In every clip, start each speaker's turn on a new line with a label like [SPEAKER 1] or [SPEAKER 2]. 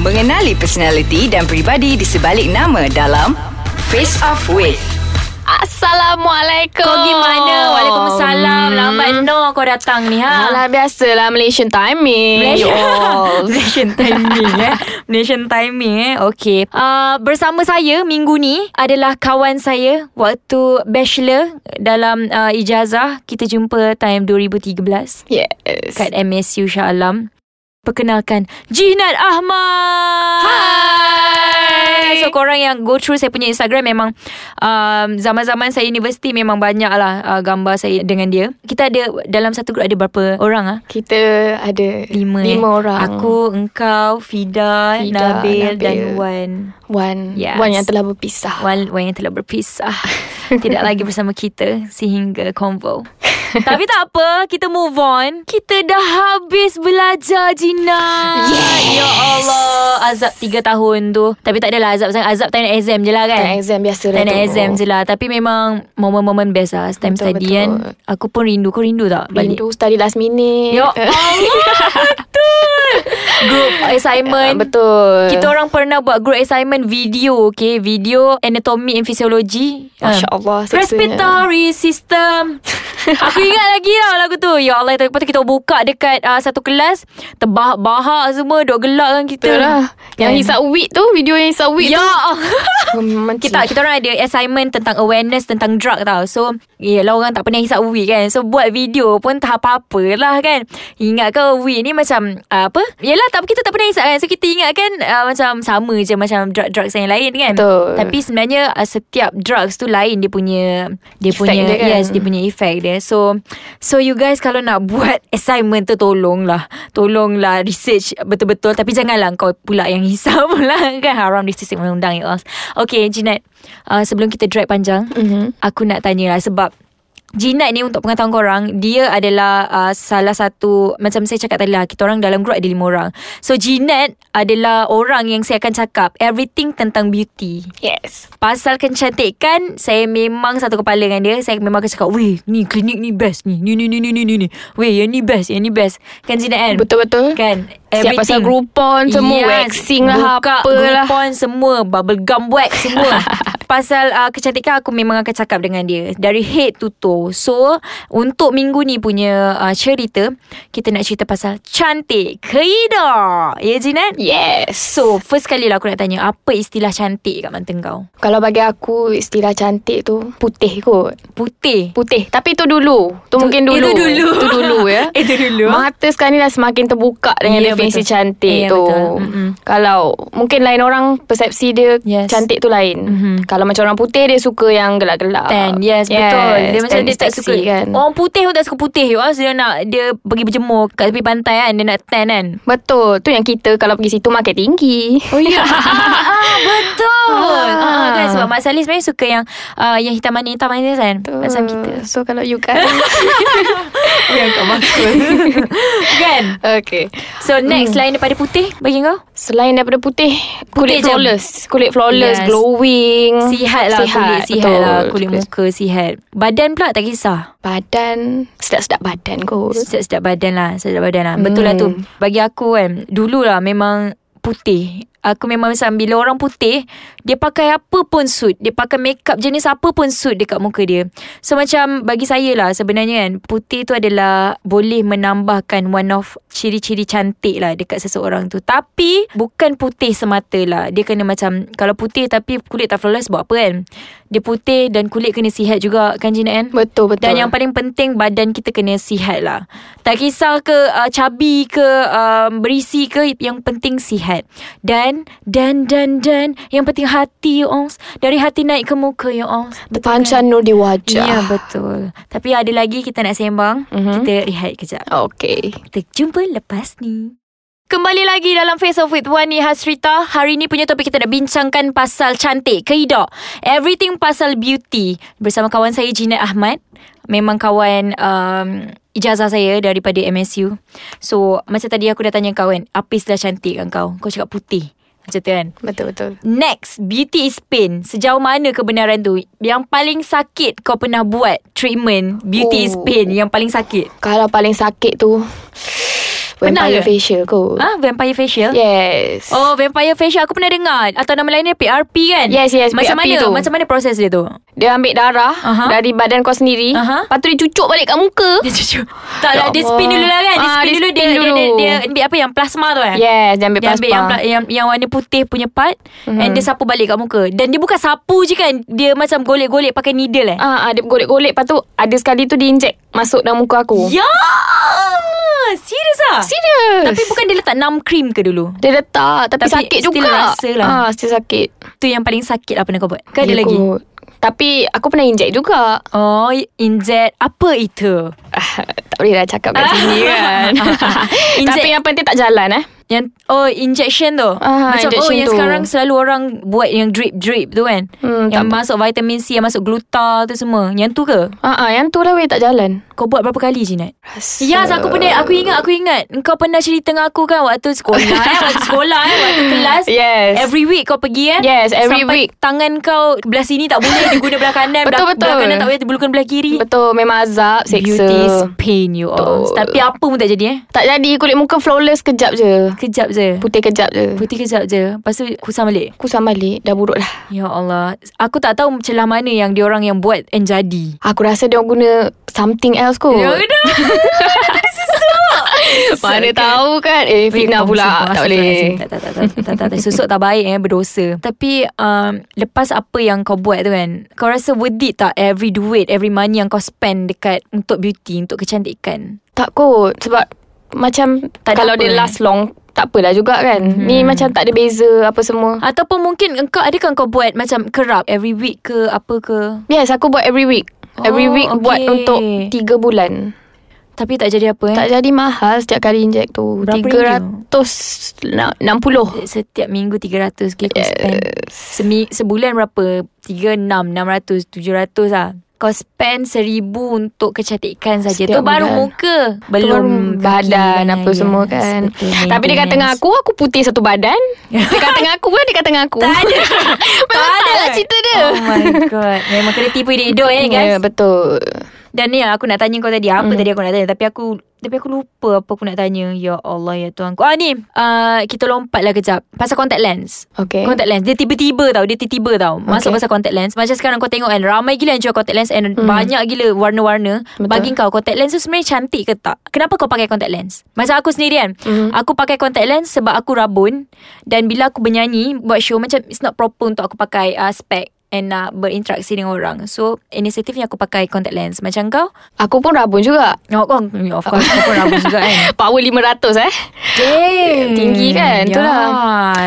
[SPEAKER 1] Mengenali personaliti dan peribadi di sebalik nama dalam Face Off With.
[SPEAKER 2] Assalamualaikum. Hmm.
[SPEAKER 3] Kau pergi mana? Waalaikumsalam. Lambat no kau datang ni ha.
[SPEAKER 2] Alah biasalah Malaysian timing.
[SPEAKER 3] Malaysia.
[SPEAKER 2] Yo.
[SPEAKER 3] Malaysian timing eh. Malaysian timing eh. Okey. Uh, bersama saya minggu ni adalah kawan saya waktu bachelor dalam uh, ijazah. Kita jumpa time 2013
[SPEAKER 2] Yes.
[SPEAKER 3] kat MSU Shah Alam. Perkenalkan Jihnat Ahmad. Hai. So korang yang go through saya punya Instagram memang um, zaman-zaman saya universiti memang banyak lah uh, gambar saya dengan dia. Kita ada dalam satu grup ada berapa orang ah?
[SPEAKER 2] Kita ada
[SPEAKER 3] Lima,
[SPEAKER 2] lima
[SPEAKER 3] eh.
[SPEAKER 2] orang.
[SPEAKER 3] Aku, engkau, Fida,
[SPEAKER 2] Fida,
[SPEAKER 3] Nabil,
[SPEAKER 2] Nabil.
[SPEAKER 3] dan Wan
[SPEAKER 2] Wan.
[SPEAKER 3] Yes.
[SPEAKER 2] Wan yang telah berpisah. Ah,
[SPEAKER 3] Wan, Wan yang telah berpisah Tidak lagi bersama kita Sehingga konvo Tapi tak apa Kita move on Kita dah habis belajar Jina yes. Ya Allah Azab 3 tahun tu Tapi tak adalah azab sangat Azab time exam je lah kan
[SPEAKER 2] Time exam biasa lah
[SPEAKER 3] Time
[SPEAKER 2] tu.
[SPEAKER 3] exam je lah Tapi memang Momen-momen best lah Time
[SPEAKER 2] Betul,
[SPEAKER 3] study
[SPEAKER 2] betul.
[SPEAKER 3] kan Aku pun rindu Kau rindu tak? Balik
[SPEAKER 2] Rindu study last minute.
[SPEAKER 3] Ya Allah Betul Group
[SPEAKER 2] Ah,
[SPEAKER 3] assignment
[SPEAKER 2] Ya, Betul.
[SPEAKER 3] kita orang pernah buat group assignment video, okay? Video anatomy and physiology.
[SPEAKER 2] Masya Allah,
[SPEAKER 3] Ah.
[SPEAKER 2] seksanya.
[SPEAKER 3] Respiratory
[SPEAKER 2] eh.
[SPEAKER 3] system. Aku ingat lagi tau lagu tu. Ya Allah, lepas tu kita buka dekat uh, satu kelas, terbahak-bahak semua, dok gelak kan kita.
[SPEAKER 2] Betul lah. Yang hisap weed tu, video yang hisap weed
[SPEAKER 3] Kan? Ya
[SPEAKER 2] tu.
[SPEAKER 3] Allah.
[SPEAKER 2] Memang
[SPEAKER 3] Kita kita orang ada assignment tentang awareness tentang drug tau. So, yelah orang tak pernah hisap weed kan. So, buat video pun tak apa-apa lah kan. Ingat ke weed ni macam uh, apa? Yelah tak kita tak pernah hisap kan. So, kita ingat kan uh, macam sama je macam drug-drugs yang lain kan.
[SPEAKER 2] Betul.
[SPEAKER 3] Tapi sebenarnya uh, setiap drugs tu lain dia punya dia
[SPEAKER 2] Effect
[SPEAKER 3] punya
[SPEAKER 2] dia kan.
[SPEAKER 3] yes, dia punya effect dia. So, so you guys kalau nak buat assignment tu tolonglah. Tolonglah research betul-betul tapi janganlah kau pula yang hisap pula kan haram di sisi undang ya Allah. Okay, Jinat. Uh, sebelum kita drag panjang,
[SPEAKER 2] Mhm.
[SPEAKER 3] aku nak tanya lah sebab Jinat ni untuk pengetahuan korang Dia adalah uh, salah satu Macam saya cakap tadi lah Kita orang dalam grup ada lima orang So Jinat adalah orang yang saya akan cakap Everything tentang beauty
[SPEAKER 2] Yes.
[SPEAKER 3] Pasal kecantikan Saya memang satu kepala dengan dia Saya memang akan cakap Weh ni klinik ni best ni Ni ni ni ni ni ni ni Weh yang ni best Yang ni best Kan Zina kan
[SPEAKER 2] Betul-betul.
[SPEAKER 3] Kan
[SPEAKER 2] Siap pasal Groupon semua, waxing lah,
[SPEAKER 3] Buka
[SPEAKER 2] apalah.
[SPEAKER 3] Groupon semua Bubble gum wax semua Pasal uh, kecantikan aku memang akan cakap dengan dia Dari head to toe So untuk minggu ni punya uh, cerita Kita nak cerita pasal cantik Keida Ya Jinat?
[SPEAKER 2] Yes.
[SPEAKER 3] So first kali lah aku nak tanya Apa istilah cantik kat mata kau?
[SPEAKER 2] Kalau bagi aku istilah cantik tu putih kot.
[SPEAKER 3] Putih
[SPEAKER 2] Putih. Tapi itu dulu. Tu mungkin dulu.
[SPEAKER 3] Itu dulu
[SPEAKER 2] Itu dulu ya.
[SPEAKER 3] Itu dulu
[SPEAKER 2] Mata sekarang ni dah semakin terbuka dengan
[SPEAKER 3] Ya,
[SPEAKER 2] yeah, definisi
[SPEAKER 3] betul.
[SPEAKER 2] cantik
[SPEAKER 3] Ya,
[SPEAKER 2] tu.
[SPEAKER 3] betul. Mm-mm.
[SPEAKER 2] Kalau mungkin lain orang persepsi dia
[SPEAKER 3] Yes.
[SPEAKER 2] cantik tu lain.
[SPEAKER 3] Mhm.
[SPEAKER 2] Kalau macam orang putih dia suka yang gelap-gelap.
[SPEAKER 3] Tan yes, betul Dia macam
[SPEAKER 2] tan
[SPEAKER 3] dia tak
[SPEAKER 2] seksi
[SPEAKER 3] suka kan? Orang putih pun tak suka putih you all. So, Dia nak Dia pergi berjemur Kat tepi pantai kan Dia nak tan kan
[SPEAKER 2] Betul. Tu yang kita kalau pergi situ makin tinggi. Oh ya.
[SPEAKER 3] ah, Betul
[SPEAKER 2] Ah.
[SPEAKER 3] ah. kan, Sebab Mak Salih sebenarnya suka yang uh, Yang hitam manis Hitam manis kan Macam kita
[SPEAKER 2] So kalau you kan. guys
[SPEAKER 3] Oh, Yang kat Hmm. makan Kan
[SPEAKER 2] Okay
[SPEAKER 3] So next Selain daripada putih Bagi kau
[SPEAKER 2] Selain daripada putih,
[SPEAKER 3] Putih
[SPEAKER 2] kulit
[SPEAKER 3] je.
[SPEAKER 2] flawless, kulit flawless,
[SPEAKER 3] Yes.
[SPEAKER 2] glowing,
[SPEAKER 3] Sihat lah kulit Sihat
[SPEAKER 2] betul.
[SPEAKER 3] lah Kulit muka sihat Badan pula tak kisah
[SPEAKER 2] Badan sedap-sedap badan kot.
[SPEAKER 3] Sedap-sedap badan lah Sedap badan lah Betul lah tu Bagi aku kan Dulu lah memang Putih Aku memang macam Bila orang putih Dia pakai apa pun suit Dia pakai makeup jenis apa pun suit Dekat muka dia So macam Bagi saya lah sebenarnya kan Putih tu adalah Boleh menambahkan One of Ciri-ciri cantik lah Dekat seseorang tu Tapi Bukan putih semata lah Dia kena macam Kalau putih tapi Kulit tak flawless Buat apa kan Dia putih Dan kulit kena sihat juga Kan Jina kan
[SPEAKER 2] Betul betul.
[SPEAKER 3] dan yang paling penting badan kita kena sihat lah. Tak kisah ke uh, cabi ke um, berisi ke yang penting sihat. Dan dan dan dan yang penting hati ya ons. Dari hati naik ke muka ya ons.
[SPEAKER 2] panca nur di wajah.
[SPEAKER 3] Ya betul. Tapi ada lagi kita nak sembang. Mm-hmm. Kita rehat kejap.
[SPEAKER 2] Okay.
[SPEAKER 3] Kita jumpa lepas ni. Kembali lagi dalam Face Off with Wani Hasrita. Hari ni punya topik kita nak bincangkan pasal cantik, keidak. Everything pasal beauty. Bersama kawan saya Jina Ahmad. Memang kawan um, ijazah saya daripada MSU. So, macam tadi aku dah tanya kau kan, apa istilah cantik kan kau? Kau cakap putih. Macam tu kan?
[SPEAKER 2] Betul betul.
[SPEAKER 3] Next, beauty is pain. Sejauh mana kebenaran tu? Yang paling sakit kau pernah buat treatment, beauty is
[SPEAKER 2] Oh.
[SPEAKER 3] pain yang paling sakit.
[SPEAKER 2] Kalau paling sakit tu
[SPEAKER 3] Pernah
[SPEAKER 2] Vampire
[SPEAKER 3] ke?
[SPEAKER 2] facial kot.
[SPEAKER 3] Ah, vampire facial?
[SPEAKER 2] Yes.
[SPEAKER 3] Oh, vampire facial aku pernah dengar. Atau nama lainnya PRP kan?
[SPEAKER 2] Yes, yes,
[SPEAKER 3] Macam
[SPEAKER 2] PRP
[SPEAKER 3] mana?
[SPEAKER 2] tu.
[SPEAKER 3] Macam mana proses dia tu?
[SPEAKER 2] Dia ambil darah
[SPEAKER 3] Aha.
[SPEAKER 2] dari badan kau sendiri.
[SPEAKER 3] Aha.
[SPEAKER 2] Lepas tu dia cucuk balik kat muka.
[SPEAKER 3] Dia cucuk. Tak,
[SPEAKER 2] Ya
[SPEAKER 3] tak, dia spin
[SPEAKER 2] Allah.
[SPEAKER 3] dulu lah kan? Dia
[SPEAKER 2] Ah,
[SPEAKER 3] spin
[SPEAKER 2] dia
[SPEAKER 3] dulu. Dia,
[SPEAKER 2] spin
[SPEAKER 3] dia, dia,
[SPEAKER 2] dulu.
[SPEAKER 3] dia, ambil apa yang plasma tu kan?
[SPEAKER 2] Yes, dia ambil
[SPEAKER 3] Dia ambil yang,
[SPEAKER 2] plasma. Mhm.
[SPEAKER 3] pla- yang, yang warna putih punya part mm-hmm. And dia sapu balik kat muka Dan dia bukan sapu je kan Dia macam golek-golek pakai needle eh
[SPEAKER 2] Ah, ah, dia golek-golek. Lepas tu ada sekali tu dia inject masuk dalam muka aku.
[SPEAKER 3] Ya Serius ah?
[SPEAKER 2] Serius.
[SPEAKER 3] Tapi bukan dia letak numb cream ke dulu
[SPEAKER 2] Dia letak tapi,
[SPEAKER 3] Tapi
[SPEAKER 2] sakit
[SPEAKER 3] still
[SPEAKER 2] juga.
[SPEAKER 3] rasa lah.
[SPEAKER 2] Ah, still sakit.
[SPEAKER 3] Tu yang paling sakit lah pernah kau buat Ke ada
[SPEAKER 2] Ya
[SPEAKER 3] lagi?
[SPEAKER 2] kot. Tapi aku pernah inject juga.
[SPEAKER 3] Oh injet Apa itu?
[SPEAKER 2] Ah, tak boleh lah cakap kat sini kan.
[SPEAKER 3] Inject-
[SPEAKER 2] tapi yang penting tak jalan eh.
[SPEAKER 3] Yang Oh injection tu
[SPEAKER 2] Ah,
[SPEAKER 3] Macam oh
[SPEAKER 2] injection
[SPEAKER 3] yang
[SPEAKER 2] tu.
[SPEAKER 3] sekarang Selalu orang buat yang drip-drip tu kan
[SPEAKER 2] Hmm, tak
[SPEAKER 3] Yang
[SPEAKER 2] apa.
[SPEAKER 3] masuk vitamin C Yang masuk gluta tu semua Yang tu ke?
[SPEAKER 2] Ah, ah, yang tu lah weh tak jalan.
[SPEAKER 3] Kau buat berapa kali Jinat?
[SPEAKER 2] Rasa.
[SPEAKER 3] Ya, yes, aku pernah aku ingat aku ingat kau pernah cerita dengan aku kan waktu sekolah eh, waktu sekolah eh, waktu kelas.
[SPEAKER 2] Yes.
[SPEAKER 3] Every week kau pergi kan?
[SPEAKER 2] Yes, every
[SPEAKER 3] Sampai
[SPEAKER 2] week.
[SPEAKER 3] tangan kau belah sini tak boleh dia guna belah kanan,
[SPEAKER 2] Betul,
[SPEAKER 3] belah,
[SPEAKER 2] betul.
[SPEAKER 3] belah kanan tak boleh bukan belah kiri.
[SPEAKER 2] Betul memang azab seksa.
[SPEAKER 3] Beauty is pain you all.
[SPEAKER 2] Betul.
[SPEAKER 3] Tapi apa pun tak jadi eh.
[SPEAKER 2] Tak jadi kulit muka flawless kejap je.
[SPEAKER 3] Kejap je.
[SPEAKER 2] Putih kejap je.
[SPEAKER 3] Putih kejap je. Lepas tu kusam balik.
[SPEAKER 2] Kusam balik dah buruk dah.
[SPEAKER 3] Ya Allah. Aku tak tahu celah mana yang diorang yang buat and jadi.
[SPEAKER 2] Aku rasa dia orang guna something else kot.
[SPEAKER 3] Ya dah.
[SPEAKER 2] Mana tahu kan. Eh fitnah
[SPEAKER 3] Wait,
[SPEAKER 2] pula.
[SPEAKER 3] maaf,
[SPEAKER 2] Tak
[SPEAKER 3] maaf,
[SPEAKER 2] boleh.
[SPEAKER 3] Tak tak tak tak, tak, tak, tak. Susuk tak baik eh berdosa. Tapi um, lepas apa yang kau buat tu kan, kau rasa worth it tak every duit, every money yang kau spend dekat untuk beauty, untuk kecantikan?
[SPEAKER 2] Tak kot Sebab Macam tak
[SPEAKER 3] Tak ada
[SPEAKER 2] Kalau
[SPEAKER 3] apa
[SPEAKER 2] dia
[SPEAKER 3] eh.
[SPEAKER 2] last long Tak apalah juga kan hmm. Ni macam tak ada beza Apa semua
[SPEAKER 3] Ataupun mungkin kau adakah kau buat macam kerap every week ke apa ke?
[SPEAKER 2] Yes aku buat every week Every
[SPEAKER 3] Oh,
[SPEAKER 2] week
[SPEAKER 3] okay.
[SPEAKER 2] buat untuk 3 bulan
[SPEAKER 3] Tapi tak jadi apa eh?
[SPEAKER 2] Tak jadi mahal setiap kali inject tu
[SPEAKER 3] Berapa
[SPEAKER 2] RM360
[SPEAKER 3] Setiap minggu 300 ke kau
[SPEAKER 2] Yes.
[SPEAKER 3] spend. Semi, sebulan berapa? 3, 6, 600, 700 lah. Kau spend seribu untuk kecantikan saja. Tu
[SPEAKER 2] Setiap
[SPEAKER 3] baru
[SPEAKER 2] bulan.
[SPEAKER 3] muka.
[SPEAKER 2] Belum
[SPEAKER 3] Belum kaki,
[SPEAKER 2] badan apa
[SPEAKER 3] yes,
[SPEAKER 2] semua kan
[SPEAKER 3] betul,
[SPEAKER 2] Tapi dia kata dengan
[SPEAKER 3] maintenance.
[SPEAKER 2] aku Aku putih satu badan Dia kata dengan aku kan Dia kata dengan aku
[SPEAKER 3] Tak ada.
[SPEAKER 2] Memang tak lah cerita dia
[SPEAKER 3] Oh my god. Memang kena tipu hidup hidup eh guys.
[SPEAKER 2] Ya betul Mm.
[SPEAKER 3] Dan ni yang aku nak tanya kau tadi. Apa tadi aku nak tanya. Tapi aku tapi aku lupa apa aku nak tanya. Ya Allah ya Tuhan ku. Ah ni. Uh, kita lompat lah kejap. Pasal contact lens.
[SPEAKER 2] Okay
[SPEAKER 3] Contact lens Dia tiba-tiba tau Dia tiba-tiba tau Masuk
[SPEAKER 2] Eh? Okay. Hmm.
[SPEAKER 3] pasal contact lens Macam sekarang kau tengok kan Ramai gila yang jual contact lens And banyak gila warna-warna
[SPEAKER 2] Betul.
[SPEAKER 3] Bagi kau contact lens tu sebenarnya cantik ke tak? Kenapa kau pakai contact lens? Macam aku sendiri kan
[SPEAKER 2] Hmm.
[SPEAKER 3] Aku pakai contact lens Sebab aku rabun Dan bila aku bernyanyi Buat show Macam it's not proper Untuk aku pakai uh, spec And nak berinteraksi dengan orang So inisiatifnya aku pakai contact lens Macam kau
[SPEAKER 2] Aku pun rabun juga
[SPEAKER 3] Oh kau Of course Kau pun rabun juga kan
[SPEAKER 2] Power 500 eh
[SPEAKER 3] Damn.
[SPEAKER 2] Tinggi kan?
[SPEAKER 3] yes.
[SPEAKER 2] Itulah.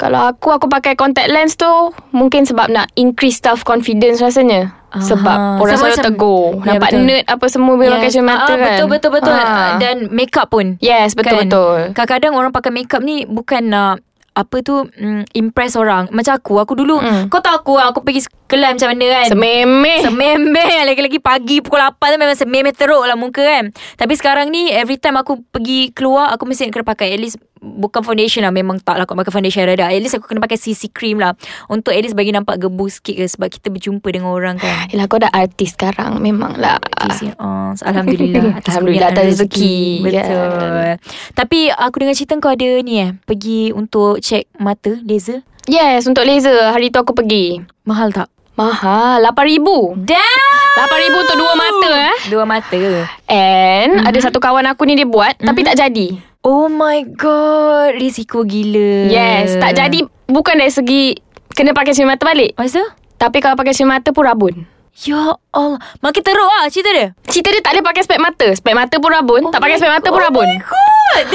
[SPEAKER 2] Kalau aku aku pakai contact lens tu mungkin sebab nak increase self confidence rasanya.
[SPEAKER 3] Ah.
[SPEAKER 2] Sebab orang
[SPEAKER 3] Sebab
[SPEAKER 2] selalu
[SPEAKER 3] macam-
[SPEAKER 2] tegur.
[SPEAKER 3] Ya,
[SPEAKER 2] Nampak
[SPEAKER 3] betul.
[SPEAKER 2] nerd apa semua bila pakai cermata
[SPEAKER 3] Ah,
[SPEAKER 2] kan.
[SPEAKER 3] Betul betul betul
[SPEAKER 2] Ah.
[SPEAKER 3] Ah, Dan make up pun
[SPEAKER 2] yes, betul
[SPEAKER 3] Kan?
[SPEAKER 2] betul.
[SPEAKER 3] Kadang-kadang orang pakai makeup ni Bukan nak apa tu mm, impress orang Macam aku Aku dulu
[SPEAKER 2] Mm.
[SPEAKER 3] Kau tahu aku Aku pergi kelas macam mana kan
[SPEAKER 2] Sememeh.
[SPEAKER 3] Sememeh Lagi-lagi pagi pukul 8 tu Memang sememeh teruk lah muka kan Tapi sekarang ni Every time aku pergi keluar Aku mesti kena pakai At least Bukan foundation lah Memang tak lah Aku pakai foundation rada At least aku kena pakai CC cream lah Untuk at least bagi nampak gebu sikit ke Sebab kita berjumpa dengan orang kan
[SPEAKER 2] Yelah kau dah artis sekarang memanglah.
[SPEAKER 3] Isi, oh, Alhamdulillah atas Ya.
[SPEAKER 2] Alhamdulillah
[SPEAKER 3] kurniaan
[SPEAKER 2] atas rezeki.
[SPEAKER 3] Betul Tapi aku dengar cerita kau ada ni eh Pergi untuk cek mata laser
[SPEAKER 2] Yes, untuk laser hari tu aku pergi.
[SPEAKER 3] Mahal tak?
[SPEAKER 2] Mahal, RM8,000.
[SPEAKER 3] Damn
[SPEAKER 2] RM8,000 untuk dua mata eh.
[SPEAKER 3] Dua mata ke?
[SPEAKER 2] And
[SPEAKER 3] Mhm.
[SPEAKER 2] mm-hmm. ada satu kawan aku ni dia buat mm-hmm. tapi tak jadi.
[SPEAKER 3] Oh my god Risiko gila
[SPEAKER 2] Yes, tak jadi bukan dari segi kena pakai cermata balik.
[SPEAKER 3] Masa?
[SPEAKER 2] Tapi kalau pakai cermata pun rabun.
[SPEAKER 3] Ya Allah Makin teruk lah cerita dia
[SPEAKER 2] Cerita dia tak boleh pakai spek mata Spek mata pun rabun oh Tak pakai spek mata pun rabun
[SPEAKER 3] Oh my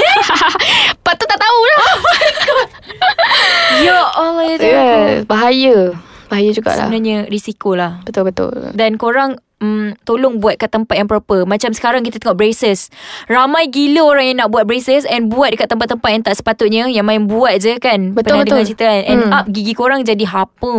[SPEAKER 3] god Oh Damn.
[SPEAKER 2] Lepas tu tak tahu lah
[SPEAKER 3] Ya Allah ya Tuhan aku.
[SPEAKER 2] yes, Bahaya Bahaya
[SPEAKER 3] lah.
[SPEAKER 2] jugalah
[SPEAKER 3] Sebenarnya risiko lah
[SPEAKER 2] Betul-betul
[SPEAKER 3] Dan korang mm, Tolong buat kat tempat yang proper Macam sekarang kita tengok braces Ramai gila orang yang nak buat braces And buat dekat tempat-tempat yang tak sepatutnya Yang main buat je kan
[SPEAKER 2] Betul,
[SPEAKER 3] Pernah
[SPEAKER 2] betul.
[SPEAKER 3] dengar cerita kan And
[SPEAKER 2] Hmm.
[SPEAKER 3] up gigi korang jadi hapa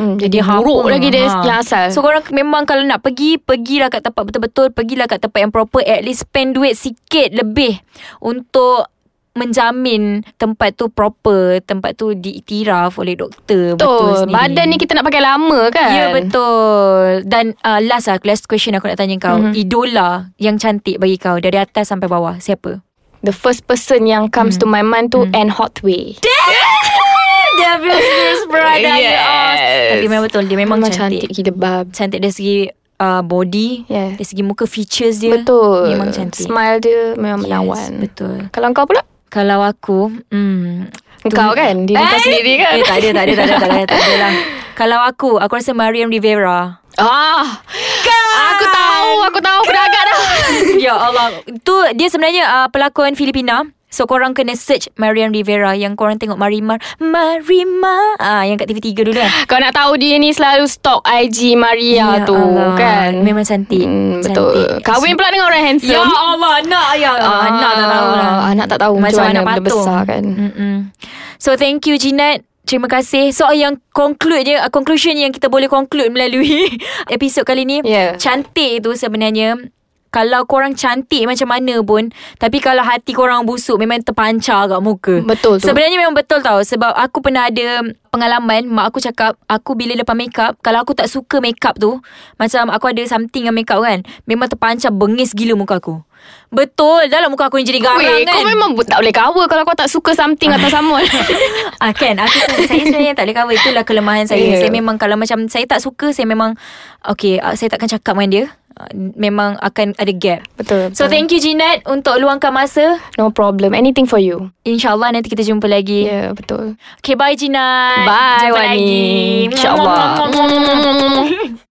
[SPEAKER 2] Hmm, jadi buruk lagi dari yang asal.
[SPEAKER 3] Ha. So korang memang kalau nak pergi Pergilah kat tempat betul-betul Pergilah kat tempat yang proper At least spend duit sikit lebih Untuk menjamin tempat tu proper Tempat tu diiktiraf oleh doktor
[SPEAKER 2] Betul
[SPEAKER 3] sendiri.
[SPEAKER 2] Badan ni kita nak pakai lama kan
[SPEAKER 3] Ya betul Dan uh, last Mhm. lah Last question aku nak tanya kau mm-hmm. Idola yang cantik bagi kau Dari atas sampai bawah Siapa?
[SPEAKER 2] the first person yang comes
[SPEAKER 3] Hmm.
[SPEAKER 2] to my mind tu Anne Hathaway.
[SPEAKER 3] Dia fierce brother
[SPEAKER 1] Yes.
[SPEAKER 3] yes. Tapi memang betul Dia memang
[SPEAKER 2] Memang
[SPEAKER 3] cantik
[SPEAKER 2] cantik gila bab.
[SPEAKER 3] Cantik, dari segi uh, body
[SPEAKER 2] Yeah.
[SPEAKER 3] Dari segi muka features dia
[SPEAKER 2] Betul.
[SPEAKER 3] Memang cantik
[SPEAKER 2] Smile dia memang
[SPEAKER 3] Yes,
[SPEAKER 2] menawan.
[SPEAKER 3] Betul
[SPEAKER 2] Kalau kau pula?
[SPEAKER 3] Kalau aku hmm,
[SPEAKER 2] Kau kan? Diri kau
[SPEAKER 3] Eh?
[SPEAKER 2] sendiri kan?
[SPEAKER 3] Eh tak ada Tak ada Tak ada, tak ada, tak ada lah. Kalau aku Aku rasa Mariam Rivera
[SPEAKER 2] Ah.
[SPEAKER 3] Kan?
[SPEAKER 2] Aku tahu, aku tahu aku dah agak dah.
[SPEAKER 3] Ya Allah Tu dia sebenarnya uh, Pelakon Filipina So korang kena search Mariam Rivera Yang korang tengok Marimar Marimar ah, Yang kat TV3 dulu kan
[SPEAKER 2] Kau nak tahu dia ni selalu stalk IG Maria
[SPEAKER 3] Ya
[SPEAKER 2] tu
[SPEAKER 3] Allah.
[SPEAKER 2] kan?
[SPEAKER 3] Memang cantik
[SPEAKER 2] Hmm, betul.
[SPEAKER 3] Cantik.
[SPEAKER 2] Kahwin pula dengan orang handsome.
[SPEAKER 3] Ya Allah Nak ya Allah
[SPEAKER 2] Ah,
[SPEAKER 3] Anak tak tahu lah
[SPEAKER 2] Anak tak tahu macam, mana bila besar kan.
[SPEAKER 3] Mm-mm. So thank you Jinat Terima kasih So yang conclude je uh, Conclusion yang kita boleh conclude Melalui episod kali ni
[SPEAKER 2] Yeah.
[SPEAKER 3] Cantik tu sebenarnya Kalau korang cantik macam mana pun Tapi kalau hati korang busuk Memang terpancar kat muka
[SPEAKER 2] Betul tu.
[SPEAKER 3] Sebenarnya memang betul tau Sebab aku pernah ada pengalaman Mak aku cakap Aku bila lepas make up Kalau aku tak suka make up tu Macam aku ada something dengan make up kan Memang terpancar bengis gila muka aku Betul Dah lah muka aku ni jadi garang
[SPEAKER 2] Weh,
[SPEAKER 3] kan
[SPEAKER 2] kau memang bu- tak boleh cover kalau kau tak suka something atau someone.
[SPEAKER 3] Ah kan aku saya sebenarnya tak boleh cover itulah kelemahan saya. Yeah.
[SPEAKER 2] Yeah.
[SPEAKER 3] Saya memang kalau macam saya tak suka saya memang okay ah, saya takkan cakap dengan dia. Ah, Memang akan ada gap.
[SPEAKER 2] betul, betul.
[SPEAKER 3] So thank you Jinat untuk luangkan masa.
[SPEAKER 2] No problem. Anything for you.
[SPEAKER 3] InsyaAllah nanti kita jumpa lagi.
[SPEAKER 2] Ya, yeah,
[SPEAKER 3] Yeah.
[SPEAKER 2] betul.
[SPEAKER 3] Okay bye Jinat.
[SPEAKER 2] Bye
[SPEAKER 3] Jumpa
[SPEAKER 2] Wani.
[SPEAKER 3] lagi.
[SPEAKER 2] InsyaAllah.